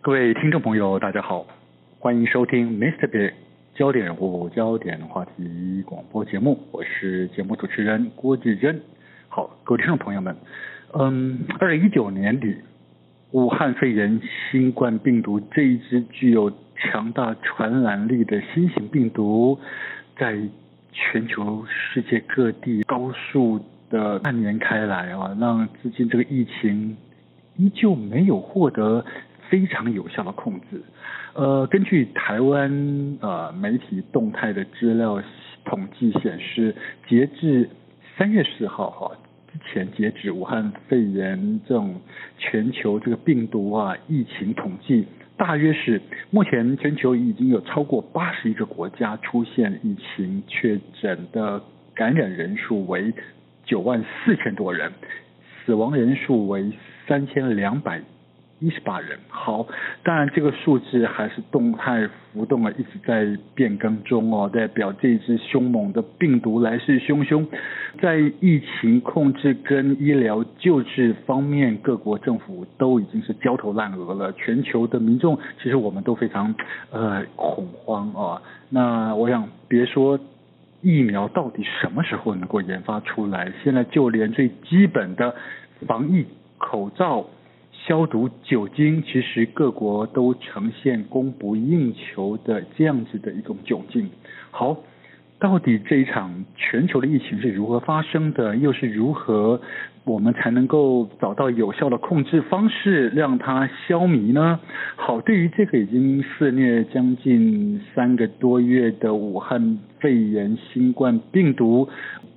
各位听众朋友，大家好，欢迎收听 Mr. Big 焦点人物、焦点话题广播节目，我是节目主持人郭志珍。好，各位听众朋友们，嗯，二零一九年底，武汉肺炎新冠病毒这一支具有强大传染力的新型病毒，在全球世界各地高速的蔓延开来啊，让至今这个疫情依旧没有获得非常有效的控制。呃，根据台湾呃媒体动态的资料统计显示，截至三月四号哈、之前截止武汉肺炎这种全球这个病毒啊疫情统计，大约是目前全球已经有超过八十一个国家出现疫情确诊的感染人数为九万四千多人，死亡人数为三千两百一十八人。好，当然这个数字还是动态浮动啊的，一直在变更中哦，代表这一只凶猛的病毒来势汹汹。在疫情控制跟医疗救治方面，各国政府都已经是焦头烂额了。全球的民众其实我们都非常呃恐慌啊。那我想别说疫苗到底什么时候能够研发出来？现在就连最基本的防疫口罩、消毒酒精，其实各国都呈现供不应求的这样子的一种窘境。好，到底这一场全球的疫情是如何发生的，又是如何我们才能够找到有效的控制方式，让它消弭呢？好，对于这个已经肆虐将近三个多月的武汉肺炎新冠病毒，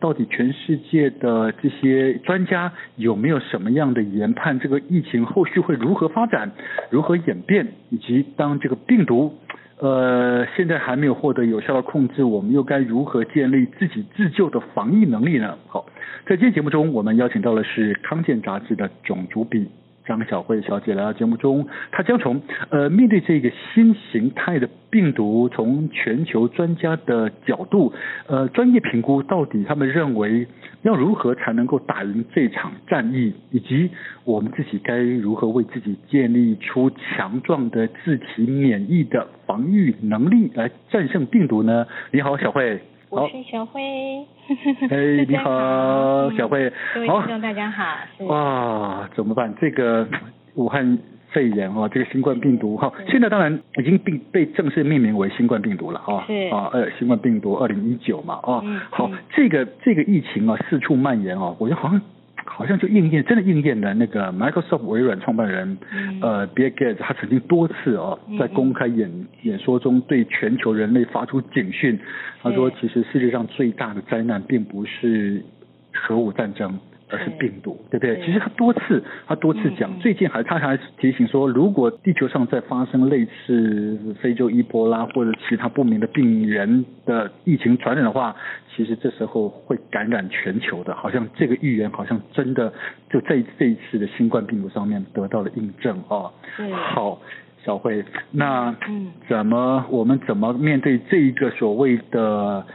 到底全世界的这些专家有没有什么样的研判？这个疫情后续会如何发展、如何演变，以及当这个病毒呃，现在还没有获得有效的控制，我们又该如何建立自己自救的防疫能力呢？好，在今天节目中，我们邀请到的是《康健》杂志的总主笔张晓慧小姐来到节目中，她将从呃面对这个新形态的病毒，从全球专家的角度，呃专业评估到底他们认为要如何才能够打赢这场战役，以及我们自己该如何为自己建立出强壮的自体免疫的防御能力来战胜病毒呢？你好，小慧。我好，是小慧。 哎，你好，嗯小慧。各位好听众大家好，是哇，怎么办？这个 武汉肺炎哦，这个新冠病毒哈、对现在当然已经被被正式命名为新冠病毒了哈、是啊，呃，新冠病毒二零一九嘛，哦，嗯好嗯，这个这个疫情啊四处蔓延哦，我觉得好像好像就应验，真的应验了那个 Microsoft 微软创办人、嗯呃 Bill Gates 他曾经多次哦嗯在嗯公开演演说中对全球人类发出警讯，他说其实世界上最大的灾难并不是核武战争，而是对病毒，对不对？对其实他多次他多次讲，嗯嗯最近还他还提醒说，如果地球上再发生类似非洲伊波拉或者其他不明的病源的疫情传染的话，其实这时候会感染全球的。好像这个预言好像真的就在这一次的新冠病毒上面得到了印证哦。是好，小慧，那嗯怎么我们怎么面对这一个所谓的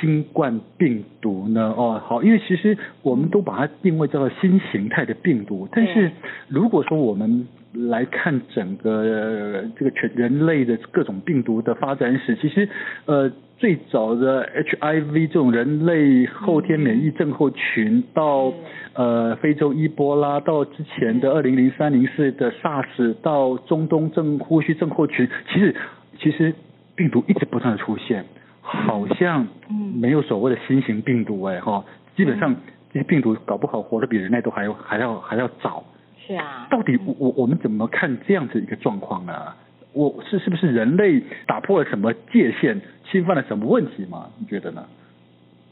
新冠病毒呢？哦，好，因为其实我们都把它定位叫做新形态的病毒，但是对如果说我们来看整个、呃这个全人类的各种病毒的发展史，其实呃最早的 HIV 这种人类后天免疫症候嗯群，到是呃非洲伊波拉，到之前的二零零三零四的 SARS，到中东症呼吸症候群，其实其实病毒一直不断的出现，好像嗯没有所谓的新型病毒哎哈，基本上嗯这些病毒搞不好活得比人类都还要还要还要早。是啊，到底我我我们怎么看这样子一个状况呢？我是是不是人类打破了什么界限，侵犯了什么问题吗？你觉得呢？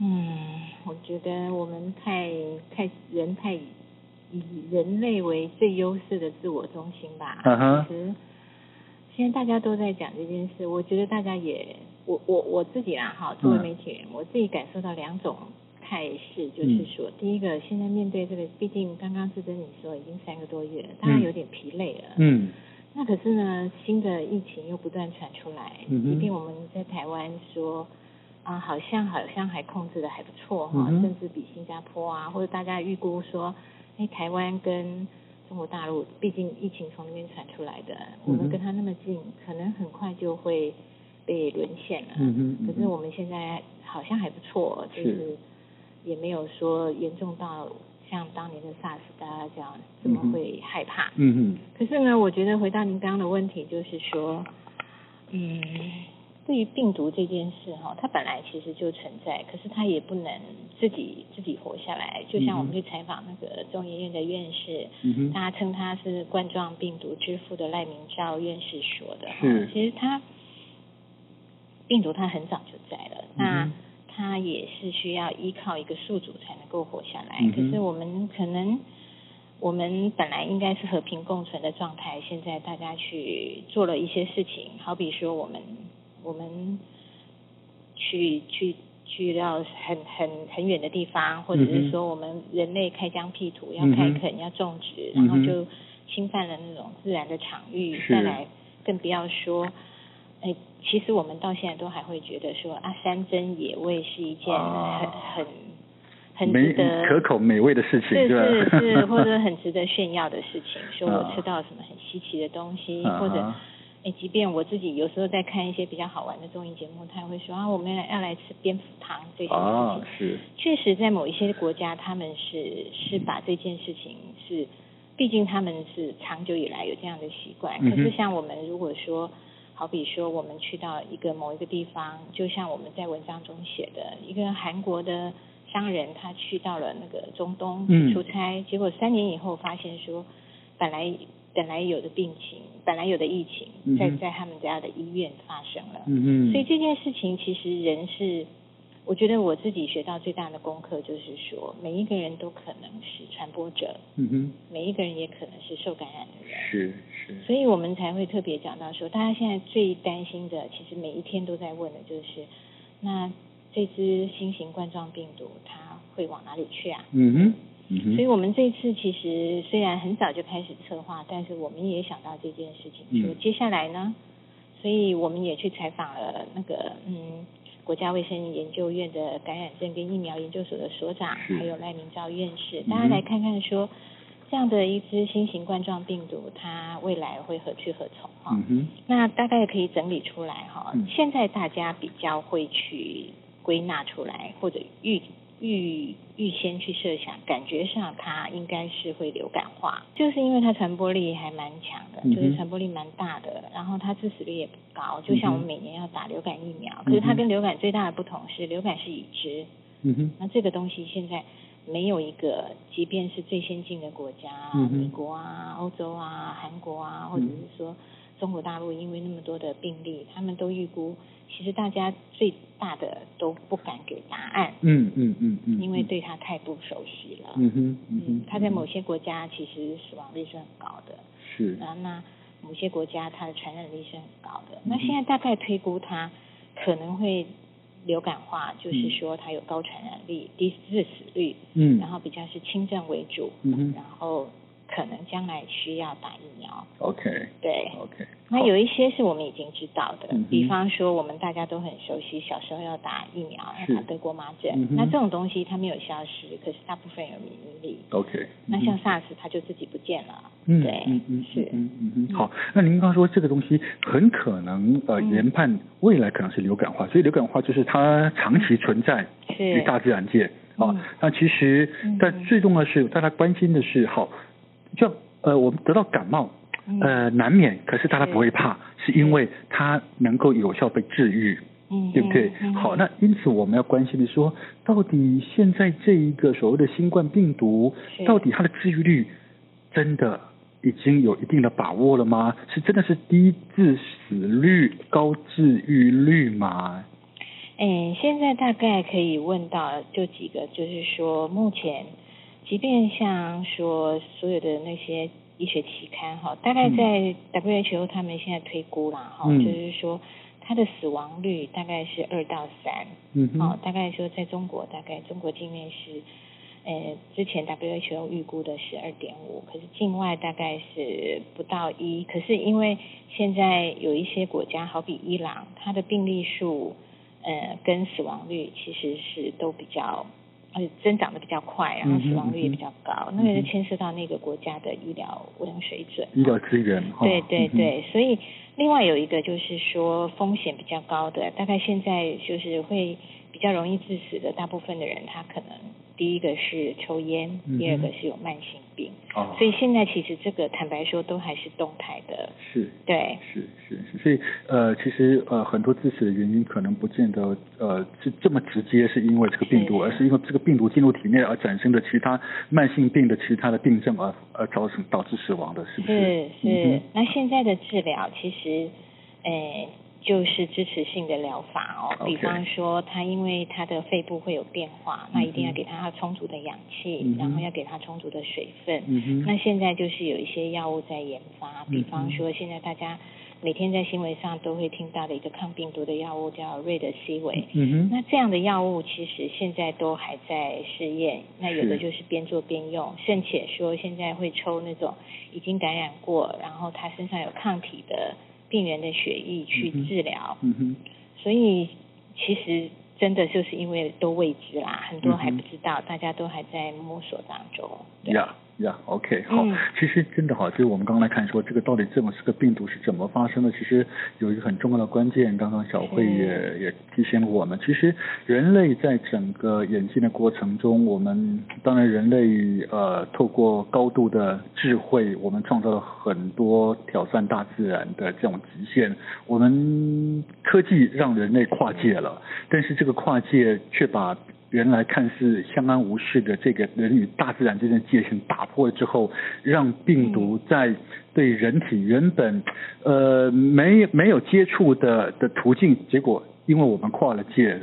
嗯，我觉得我们太太人太以以人类为最优势的自我中心吧。嗯哼其实现在大家都在讲这件事，我觉得大家也，我我我自己啦，哈，作为嗯媒体人，我自己感受到两种态势，就嗯是说，第一个，现在面对这个，毕竟刚刚志珍你说已经三个多月了，大家嗯有点疲累了，嗯那可是呢，新的疫情又不断传出来，嗯哼即便我们在台湾说啊，好像好像还控制的还不错哈、嗯哼甚至比新加坡啊，或者大家预估说，哎，台湾跟中国大陆，毕竟疫情从那边传出来的，嗯我们哼跟他那么近，可能很快就会被沦陷了。嗯哼嗯可哼，是我们现在好像还不错，就是是也没有说严重到像当年的 SARS 大家这样这么嗯哼会害怕。嗯可是呢，我觉得回到您刚刚的问题，就是说，嗯，对于病毒这件事哈，它本来其实就存在，可是它也不能自己自己活下来。就像我们去采访那个中研院的院士，哼嗯哼，大家称他是冠状病毒之父的赖明照院士说的是哈，其实他病毒它很早就在了，那。嗯哼它也是需要依靠一个宿主才能够活下来。嗯哼可是我们可能，我们本来应该是和平共存的状态，现在大家去做了一些事情，好比说我们我们去去去到很很很远的地方，或者嗯哼是说我们人类开疆辟土，要嗯开哼垦，要种植，嗯然后哼就侵犯了那种自然的场域，是再来更不要说。哎，其实我们到现在都还会觉得说啊，山珍野味是一件很啊很很值没得可口美味的事情，是对吧是 是，或者很值得炫耀的事情，说啊我吃到了什么很稀奇的东西，啊或者哈哎，即便我自己有时候在看一些比较好玩的综艺节目，他会说啊，我们要来吃蝙蝠汤这件事啊情。是，确实，在某一些国家，他们是是把这件事情是，毕竟他们是长久以来有这样的习惯。嗯哼可是像我们如果说，好比说我们去到一个某一个地方，就像我们在文章中写的，一个韩国的商人他去到了那个中东嗯去出差，结果三年以后发现说，本来本来有的病情，本来有的疫嗯情，在哼在他们家的医院发生了。嗯所以哼，这件事情其实人是，我觉得我自己学到最大的功课就是说，每一个人都可能是传播者，嗯哼，每一个人也可能是受感染的人。是是，所以我们才会特别讲到说，大家现在最担心的，其实每一天都在问的就是，那这只新型冠状病毒它会往哪里去啊？嗯哼，嗯哼，所以我们这次其实虽然很早就开始策划，但是我们也想到这件事情，说嗯接下来呢，所以我们也去采访了那个嗯国家卫生研究院的感染症跟疫苗研究所的所长，是还有赖明照院士嗯，哼大家来看看说。这样的一支新型冠状病毒，它未来会何去何从哈、嗯哼，那大概可以整理出来哈、嗯现在大家比较会去归纳出来，或者预预预先去设想，感觉上它应该是会流感化，就是因为它传播力还蛮强的，嗯哼就是传播力蛮大的，然后它致死率也不高。就像我们嗯哼每年要打流感疫苗，嗯哼可是它跟流感最大的不同是，流感是已知，嗯哼，那这个东西现在没有一个，即便是最先进的国家，嗯哼嗯美国啊、欧洲啊、韩国啊，或者是说中国大陆，因为那么多的病例，他们都预估，其实大家最大的都不敢给答案，嗯嗯嗯嗯，因为，对它太不熟悉了。嗯哼，嗯哼，它在某些国家其实死亡率是很高的，是，那啊那某些国家它的传染力是很高的。嗯那现在大概推估它可能会流感化，就是说它有高传染力、低致死率，嗯，然后比较是轻症为主，嗯哼然后可能将来需要打疫苗。 ，OK 对， OK，那有一些是我们已经知道的哦嗯哼，比方说我们大家都很熟悉，小时候要打疫苗，是要打德国麻嗯疹，哼那这种东西它没有消失，可是大部分有免疫力。 OK，那像 SARS 它就自己不见了，嗯对嗯嗯，是嗯嗯嗯，嗯好，那您刚刚说这个东西很可能呃嗯研判未来可能是流感化，所以流感化就是它长期存在于是大自然界啊嗯。那其实嗯，但最重要的是大家关心的是，好，就呃我们得到感冒。嗯呃，难免，可是大家是不会怕，是因为它能够有效被治愈。嗯对不对？嗯嗯好，那因此我们要关心的说，到底现在这一个所谓的新冠病毒，是到底它的治愈率真的已经有一定的把握了吗？是真的是低致死率、高治愈率吗？嗯，现在大概可以问到就几个，就是说目前，即便像说所有的那些医学期刊哈，大概在 WHO 他们现在推估啦哈，嗯就是说它的死亡率大概是二到三，嗯好哼，，大概说在中国大概中国境内是。呃，之前 WHO 预估的是二点五，可是境外大概是不到一。可是因为现在有一些国家，好比伊朗，它的病例数呃跟死亡率其实是都比较呃增长的比较快，然后死亡率也比较高，嗯嗯哼那个就牵涉到那个国家的医疗卫生水准。医疗资源哈。对对嗯哼，对，所以另外有一个就是说风险比较高的，大概现在就是会比较容易致死的，大部分的人他可能第一个是抽烟，嗯哼第二个是有慢性病，哦，所以现在其实这个坦白说都还是动态的，是对，是是是，所以呃，其实呃，很多致死的原因可能不见得呃是这么直接是因为这个病毒，是而是因为这个病毒进入体内而产生的其他慢性病的其他的病症而而造成导致死亡的，是不是？是嗯是。那现在的治疗其实，呃，就是支持性的疗法哦， OK 比方说他因为他的肺部会有变化，那一定要给他充足的氧嗯气哼，然后要给他充足的水分。嗯哼，那现在就是有一些药物在研发，比方嗯说现在大家每天在新闻上都会听到的一个抗病毒的药物叫瑞德西韦。嗯哼，那这样的药物其实现在都还在试验，那有是的就是边做边用，甚且说现在会抽那种已经感染过，然后他身上有抗体的病人的血液去嗯哼治疗，嗯哼，所以其实真的就是因为都未知啦，很多还嗯哼不知道，大家都还在摸索当中。对呀呀，OK，好嗯，其实真的好，就是我们刚刚来看说这个到底这种这个病毒是怎么发生的，其实有一个很重要的关键，刚刚小慧是也也提醒了我们，其实人类在整个演进的过程中，我们当然人类呃透过高度的智慧，我们创造了很多挑战大自然的这种极限，我们科技让人类跨界了，但是这个跨界却把原来看似相安无事的这个人与大自然之间的界限打破之后，让病毒在对人体原本呃没没有接触的的途径，结果因为我们跨了界，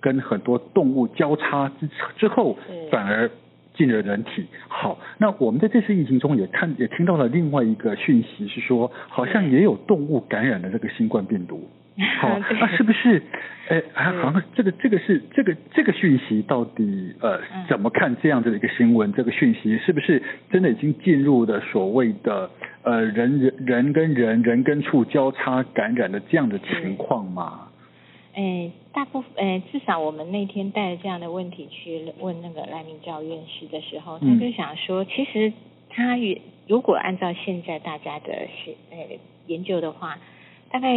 跟很多动物交叉之之后，是，反而进了人体。好，那我们在这次疫情中也看也听到了另外一个讯息，是说好像也有动物感染了这个新冠病毒。好 对那是不是？哎，还是好像这个这个是这个这个讯息到底呃嗯怎么看这样子的一个新闻？这个讯息是不是真的已经进入了所谓的呃人人人跟人人跟畜交叉感染的这样的情况吗？诶，哎大部分诶，至少我们那天带着这样的问题去问那个赖明教院士的时候，他嗯就想说，其实他与如果按照现在大家的是诶研究的话，大概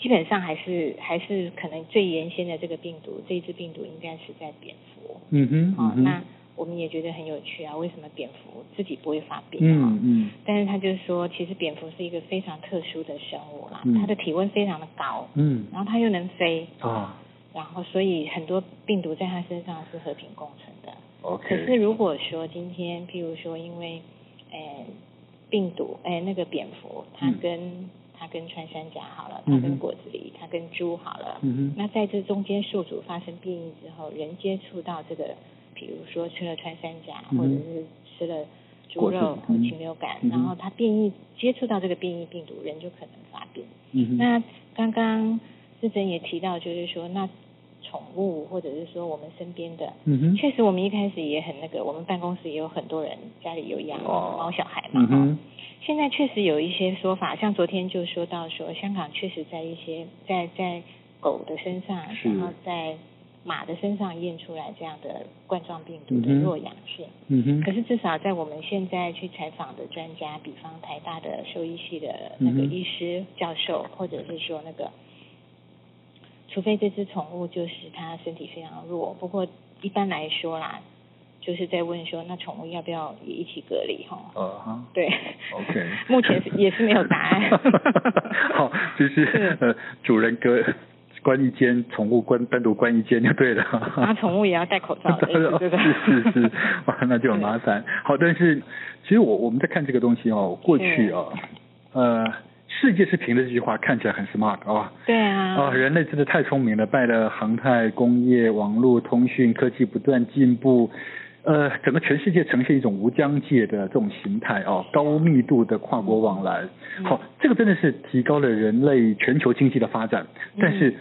基本上还是还是可能最原先的这个病毒，这一只病毒应该是在蝙蝠。嗯哼，嗯哦，哼，那我们也觉得很有趣啊，为什么蝙蝠自己不会发病啊？嗯嗯但是他就说，其实蝙蝠是一个非常特殊的生物啦，嗯它的体温非常的高，嗯然后它又能飞，啊然后，所以很多病毒在它身上是和平共存的。可是，OK，如果说今天，譬如说因为，呃，病毒，哎、那个蝙蝠，它嗯跟、它跟穿山甲好了，它嗯哼跟果子狸，它跟猪好了，嗯哼，那在这中间宿主发生变异之后，人接触到这个，比如说吃了穿山甲，嗯哼或者是吃了猪果子狸肉或嗯禽流感，嗯哼然后它变异接触到这个变异病毒，人就可能发病。嗯哼，那刚刚志珍也提到，就是说，那宠物或者是说我们身边的，嗯哼，确实我们一开始也很那个，我们办公室也有很多人家里有养哦猫小孩嘛嗯。哼，现在确实有一些说法，像昨天就说到说，香港确实在一些在在狗的身上，是然后在马的身上验出来这样的冠状病毒的嗯哼弱阳性。嗯哼，可是至少在我们现在去采访的专家，比方台大的兽医系的那嗯个哼医师、教授，或者是说那个，除非这只宠物就是它身体非常弱，不过一般来说啦，就是在问说那宠物要不要也一起隔离哈？呃哈。对 OK。目前是也是没有答案 好，就是 是呃，主人隔关一间，宠物关单独关一间就对了。然后宠物也要戴口罩，类似这种是是是，哇，那就很麻烦。好，但是其实我我们在看这个东西哦，过去哦，呃，世界是平的这句话看起来很 smart 啊、哦， 对啊，哦，人类真的太聪明了，拜了航太、工业、网络、通讯科技不断进步，呃，整个全世界呈现一种无疆界的这种形态哦，高密度的跨国往来。好、这个真的是提高了人类全球经济的发展，但嗯是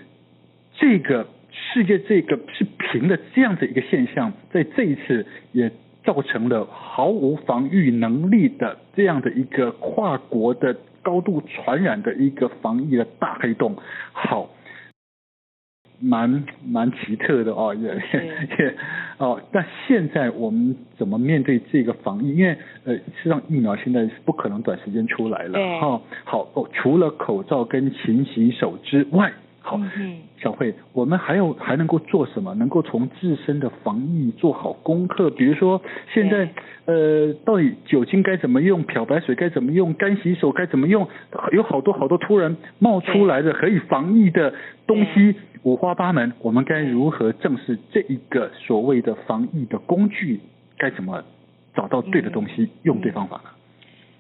这个世界这个是平的这样子一个现象，在这一次也造成了毫无防御能力的这样的一个跨国的高度传染的一个防疫的大黑洞。好，蛮蛮奇特的哦，也对也也哦。那现在我们怎么面对这个防疫？因为呃，事实上疫苗现在是不可能短时间出来了对哈、哦。好哦，除了口罩跟勤洗手之外，好，嗯哼小慧，我们还有还能够做什么？能够从自身的防疫做好功课，比如说现在呃，到底酒精该怎么用，漂白水该怎么用，干洗手该怎么用，有好多好多突然冒出来的可以防疫的东西，五花八门，我们该如何正视这一个所谓的防疫的工具？该怎么找到对的东西，嗯用对方法呢？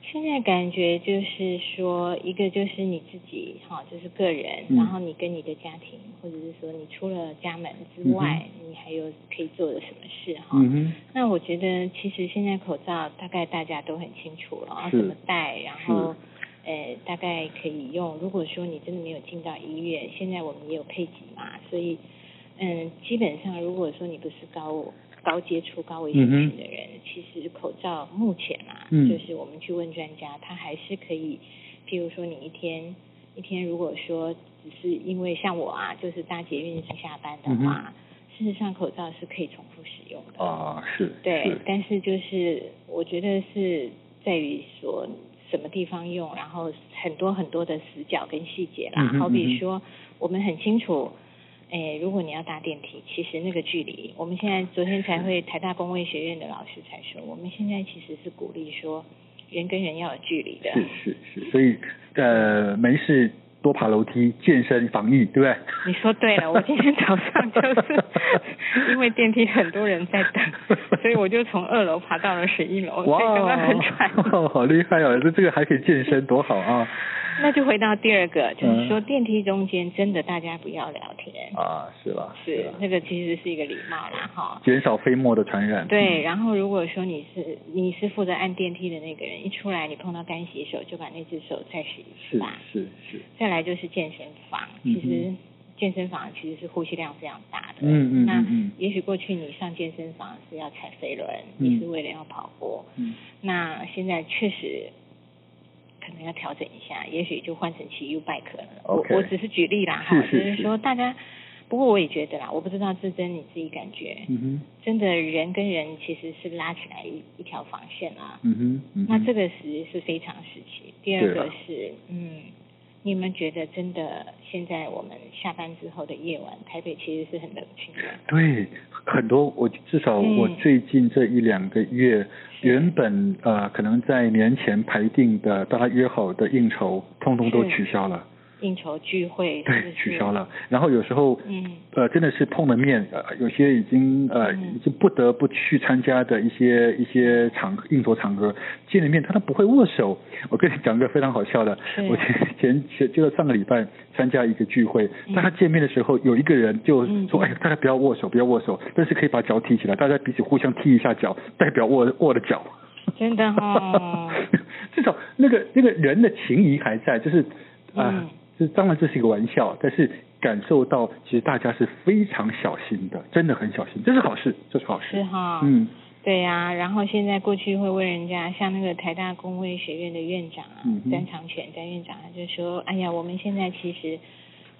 现在感觉就是说，一个就是你自己哈，就是个人，嗯然后你跟你的家庭，或者是说你出了家门之外，你还有可以做的什么事哈。嗯哼，那我觉得其实现在口罩大概大家都很清楚了，啊是怎么戴，然后是呃大概可以用。如果说你真的没有进到医院，现在我们也有配给嘛，所以嗯，基本上如果说你不是高高接触、高危险嗯群哼的人，其实口罩目前啊，嗯就是我们去问专家，他还是可以，譬如说你一天一天如果说只是因为像我啊，就是搭捷运上下班嗯的话，事实上口罩是可以重复使用的。啊、是，对是，，但是就是我觉得是在于说什么地方用，然后很多很多的死角跟细节啦。嗯哼好嗯哼比说，我们很清楚，诶，如果你要搭电梯，其实那个距离，我们现在昨天才会台大工卫学院的老师才说，我们现在其实是鼓励说人跟人要有距离的。是是是，所以呃，没事多爬楼梯，健身防疫，对不对？你说对了，我今天早上就是 因为电梯很多人在等，所以我就从二楼爬到了十一楼，所哇以刚刚很喘。哦，好厉害哦！这这个还可以健身，多好 啊！那就回到第二个，就是说嗯电梯中间真的大家不要聊天，啊，是啦，是啦，那个其实是一个礼貌啦哈。减少飞沫的传染。嗯对，然后如果说你是你是负责按电梯的那个人，一出来你碰到干洗手，就把那只手再洗一是次吧。是是，再来就是健身房，其实嗯健身房其实是呼吸量非常大的。嗯嗯那嗯嗯也许过去你上健身房是要踩飞轮，嗯你是为了要跑步，嗯那现在确实可能要调整一下，也许就换成骑 U bike 了。 OK 我我只是举例啦，是哈，是就是是说大家，不过我也觉得啦，我不知道志珍你自己感觉，嗯哼真的人跟人其实是拉起来一一条防线啊。嗯哼嗯哼，那这个是是非常时期。第二对啊个啦是，嗯，你们觉得真的现在我们下班之后的夜晚，台北其实是很冷清的。对，很多我至少我嗯最近这一两个月，是原本呃可能在年前排定的大家约好的应酬，通通都是取消了，应酬聚会是不对是，取消。了。然后有时候嗯，呃，真的是碰了面，呃，有些已经呃，嗯已经不得不去参加的一些一些场合应酬场合，见了面他都不会握手。我跟你讲个非常好笑的，是我前前前就上个礼拜参加一个聚会，嗯大家见面的时候，有一个人就嗯说：“嗯哎呀，大家不要握手，不要握手，但是可以把脚踢起来，大家彼此互相踢一下脚，代表握握了脚。”真的哦。 至少那个那个人的情谊还在，就是啊，嗯这、当然这是一个玩笑，但是感受到其实大家是非常小心的，真的很小心，这是好事，这是好事。是哈，嗯，对呀、然后现在过去会问人家，像那个台大工卫学院的院长啊嗯，哼詹长全詹院长，他就说，哎呀，我们现在其实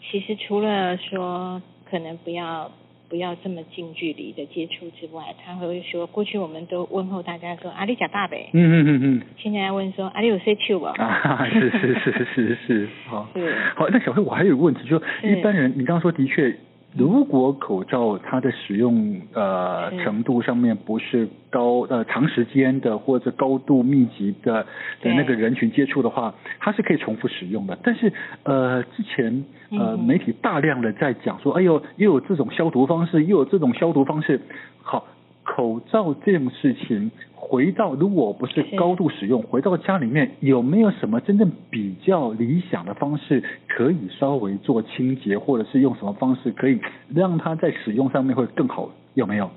其实除了说可能不要不要这么近距离的接触之外，他会说，过去我们都问候大家说，阿里假大呗，嗯嗯嗯现在问说，阿里有 C 去不？嗯，啊，是是是是是，好是，嗯好，那小黑，我还有一个问题，就是是一般人，你刚刚说的确。如果口罩它的使用呃是程度上面不是高呃长时间的或者高度密集的的对那个人群接触的话，它是可以重复使用的。但是呃，之前呃嗯哼媒体大量的在讲说，哎呦，又有这种消毒方式，又有这种消毒方式。好，口罩这种事情，回到如果不是是高度使用，回到家里面有没有什么真正比较理想的方式，可以稍微做清洁，或者是用什么方式可以让它在使用上面会更好？有没有？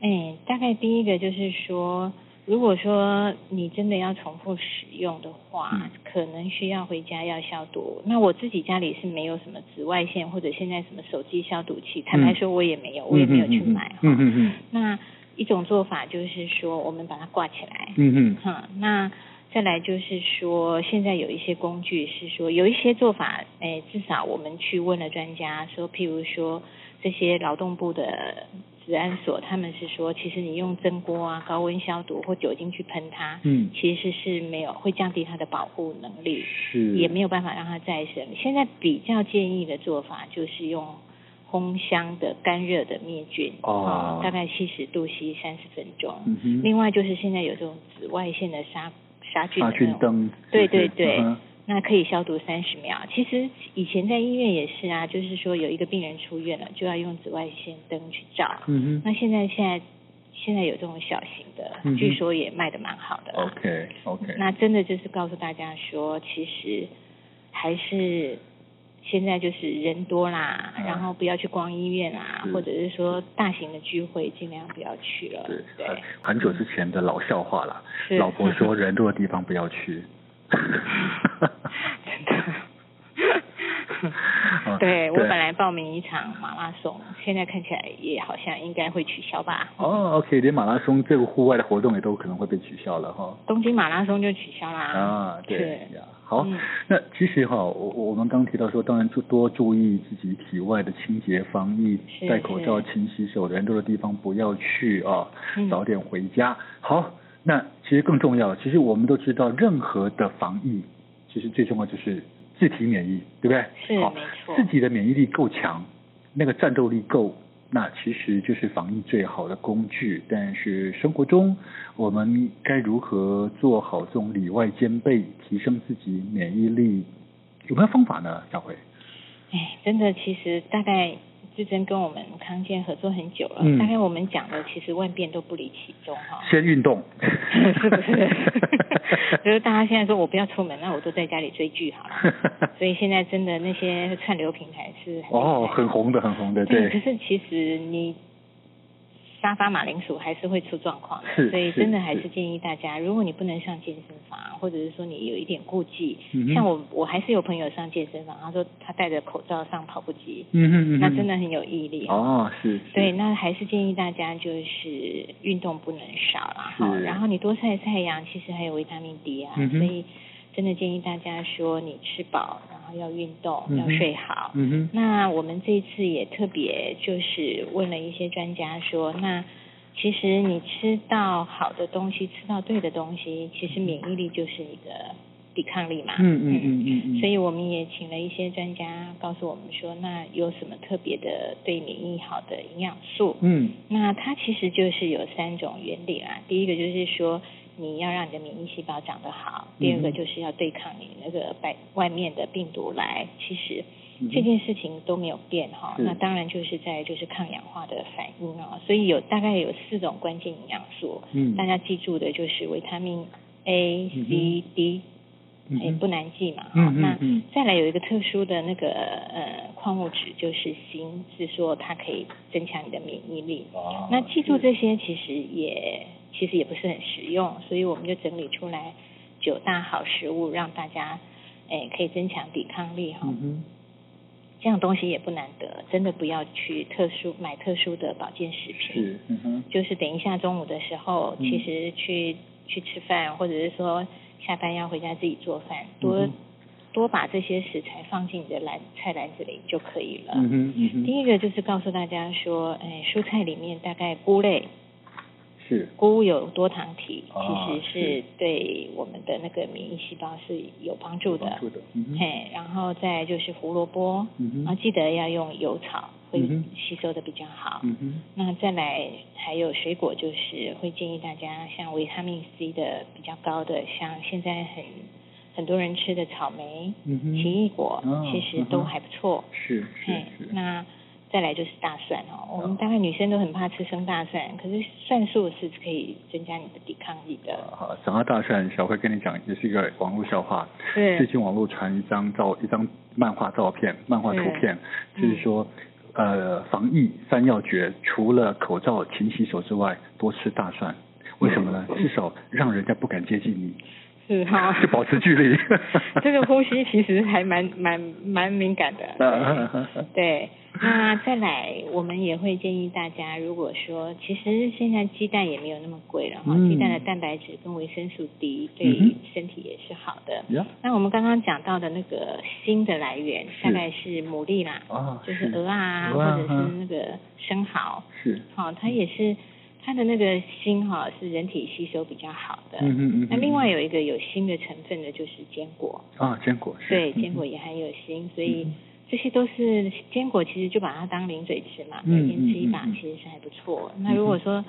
哎，大概第一个就是说，如果说你真的要重复使用的话，嗯可能需要回家要消毒。那我自己家里是没有什么紫外线或者现在什么手机消毒器，坦白说我也没有，我也没有去买啊哈。嗯嗯嗯那一种做法就是说，我们把它挂起来，嗯嗯哈、那再来就是说，现在有一些工具是说，有一些做法，哎，至少我们去问了专家，说，譬如说这些劳动部的治安所，他们是说，其实你用蒸锅啊、高温消毒或酒精去喷它，嗯，其实是没有会降低它的保护能力，是也没有办法让它再生。现在比较建议的做法就是用烘箱的干热的灭菌，哦大概七十度 C 三十分钟。嗯哼另外就是现在有这种紫外线的杀杀菌杀的那菌种灯，对是不是对对嗯哼那可以消毒三十秒。其实以前在医院也是啊，就是说有一个病人出院了，就要用紫外线灯去照。嗯哼那现在现在现在有这种小型的，嗯哼据说也卖的蛮好的啦。 ，OK OK，那真的就是告诉大家说，其实还是现在就是人多啦，嗯然后不要去逛医院啊，是或者是说大型的聚会尽量不要去了。对对，很很久之前的老笑话了，是老婆说人多的地方不要去。 真 哦的。对我本来报名一场马拉松，现在看起来也好像应该会取消吧。哦，OK，连马拉松这个户外的活动也都可能会被取消了哈。东京马拉松就取消啦。啊，对是呀，好嗯，那其实哈，我我们刚提到说，当然就多注意自己体外的清洁防疫，是戴口罩、是勤洗手，人多的地方不要去啊，嗯早点回家。好，那其实更重要，其实我们都知道，任何的防疫，其实最重要就是自体免疫，对不对？是好没错自己的免疫力够强，那个战斗力够，那其实就是防疫最好的工具。但是生活中，我们该如何做好这种里外兼备，提升自己免疫力？有没有方法呢？小慧，哎，真的，其实大概志珍跟我们康健合作很久了，嗯大概我们讲的其实万变都不离其宗 哈、先运动，啊是不是？ 就是大家现在说我不要出门，那我都在家里追剧好了。所以现在真的那些串流平台是很厉害 哦，很红的，很红的，呃 可是其实你沙发马铃薯还是会出状况是的，所以是真的还是是建议大家，如果你不能上健身房，或者是说你有一点顾忌，嗯哼像我我还是有朋友上健身房，他说他戴着口罩上跑步机，嗯哼嗯哼，那真的很有毅力。哦，是，是对，那还是建议大家就是运动不能少啦，哈。是然后你多晒太阳，其实还有维他命 D 啊，嗯哼所以真的建议大家说你吃饱，然后要运动，嗯要哼睡好。嗯哼，那我们这一次也特别就是问了一些专家说，那其实你吃到好的东西，吃到对的东西，其实免疫力就是你的抵抗力嘛。嗯嗯嗯嗯嗯，所以我们也请了一些专家告诉我们说，那有什么特别的对免疫好的营养素？嗯那它其实就是有三种原理啦。第一个就是说，你要让你的免疫细胞长得好；第二个嗯就是要对抗你那个外外面的病毒来。其实嗯哼这件事情都没有变哈、是那当然就是在就是抗氧化的反应啊、所以有大概有四种关键营养素，嗯，大家记住的就是维他命 A、嗯哼 C、D，嗯哎、哼不难记嘛哈、嗯嗯那嗯再来有一个特殊的那个呃矿物质就是锌，是说它可以增强你的免疫力。哦那记住是这些其实也其实也不是很实用，所以我们就整理出来九大好食物，让大家诶可以增强抵抗力哈、嗯哼，这样东西也不难得，真的不要去特殊买特殊的保健食品。是，嗯哼，就是等一下中午的时候，嗯其实去、去吃饭，或者是说下班要回家自己做饭，多、嗯哼多把这些食材放进你的篮菜篮子里就可以了。嗯哼嗯哼，第一个就是告诉大家说，哎，蔬菜里面大概菇类，是，菇有多糖体，啊其实是是对我们的那个免疫细胞是有帮助有的帮。助的，嗯哼，嘿，啊然后再就是胡萝卜，嗯然后哼，记得要用油炒，会嗯哼吸收的比较好。嗯哼，那再来还有水果，就是会建议大家像维他命 C 的比较高的，像现在很很多人吃的草莓、嗯哼，奇异果，哦其实嗯都哼还不错。是是嘿是，那再来就是大蒜哦，我哦们大概女生都很怕吃生大蒜，可是蒜素是可以增加你的抵抗力的。好，讲到大蒜，小慧跟你讲，也是一个网络笑话。最是，近网络传一张照，一张漫画照片、漫画图片，嗯就是说，呃，防疫三要诀，除了口罩、勤洗手之外，多吃大蒜。为什么嗯呢？至少让人家不敢接近 你，是哈、 就保持距离 。这个呼吸其实还蛮蛮蛮敏感的。对对，那再来，我们也会建议大家，如果说其实现在鸡蛋也没有那么贵了哈，嗯鸡蛋的蛋白质跟维生素 D 嗯对哼身体也是好的。 呀那我们刚刚讲到的那个锌的来源，是大概是牡蛎啦，啊，就是鹅啊，鹅啊或者是那个生蚝，是，好、它也是它的那个锌哈、是人体吸收比较好的。嗯嗯嗯。那另外有有一个有锌的成分的就是坚果，啊，坚果是，对，嗯坚果也含有锌，所以嗯这些都是坚果，其实就把它当零嘴吃嘛，嗯每天吃一把嗯嗯嗯嗯其实是还不错。那如果说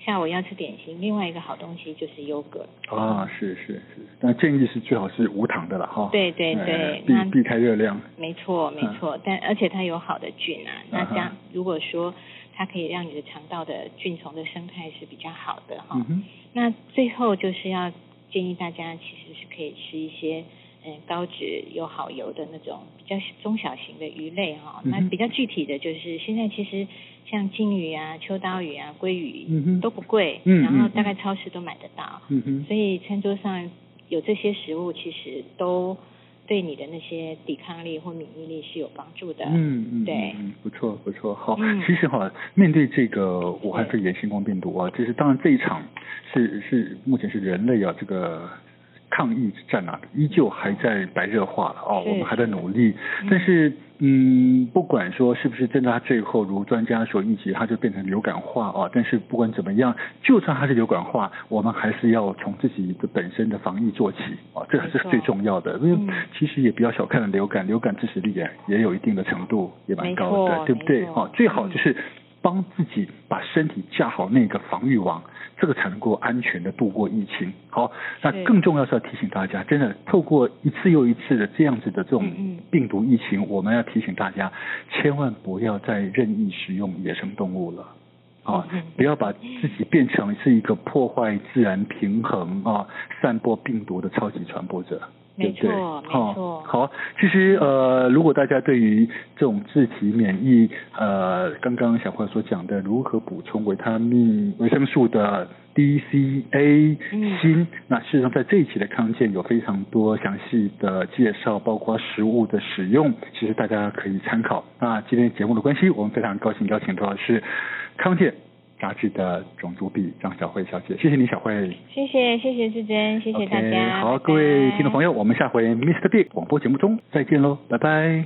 下午要吃点心，另外一个好东西就是优格，啊，是是是，但建议是最好是无糖的了哈。对对呃对那避避开热量。没嗯错没错，但而且它有好的菌啊，那啊哈这样如果说它可以让你的肠道的菌虫的生态是比较好的哈。嗯哼，那最后就是要建议大家，其实是可以吃一些嗯高脂有好油的那种比较中小型的鱼类哈、嗯那哼比较具体的就是现在其实像金鱼啊、秋刀鱼啊、鲑鱼、嗯哼都不贵，嗯然后嗯大概超市都买得到，嗯哼，所以餐桌上有这些食物，其实都对你的那些抵抗力或免疫力是有帮助的。嗯嗯，对嗯，嗯不错不错，好。嗯其实哈，面对这个武汉肺炎新冠病毒啊，就是当然这一场是是目前是人类啊这个。抗疫战啊，依旧还在白热化了哦，是我们还在努力。嗯但是，嗯，不管说是不是真的，它最后如专家所预期，它就变成流感化啊。但是不管怎么样，就算它是流感化，我们还是要从自己的本身的防疫做起啊，这还是没错最重要的。因为嗯其实也不要小看了流感，流感致死率也也有一定的程度，也蛮高没的，错对不对没？错嗯哦，最好就是帮自己把身体架好那个防御网，这个才能够安全的度过疫情。好，那是更重要是要提醒大家，真的透过一次又一次的这样子的这种嗯嗯病毒疫情，我们要提醒大家，千万不要再任意食用野生动物了。啊嗯，不要把自己变成是一个破坏自然平衡啊、散播病毒的超级传播者。对没不对？错没哦错，好，其实呃，如果大家对于这种自体免疫，呃，刚刚小慧所讲的如何补充维他命、维生素的 D、C、A、嗯锌，那事实上在这一期的康健有非常多详细的介绍，包括食物的使用，其实大家可以参考。那今天节目的关系，我们非常高兴邀请到的是康健杂志的总主笔张小慧小姐，谢谢你，小慧。谢谢谢谢志珍，谢谢大 OK，家。好，各位听众朋友，友。我们下回 Mr. Big 广播节目中再见喽，拜拜。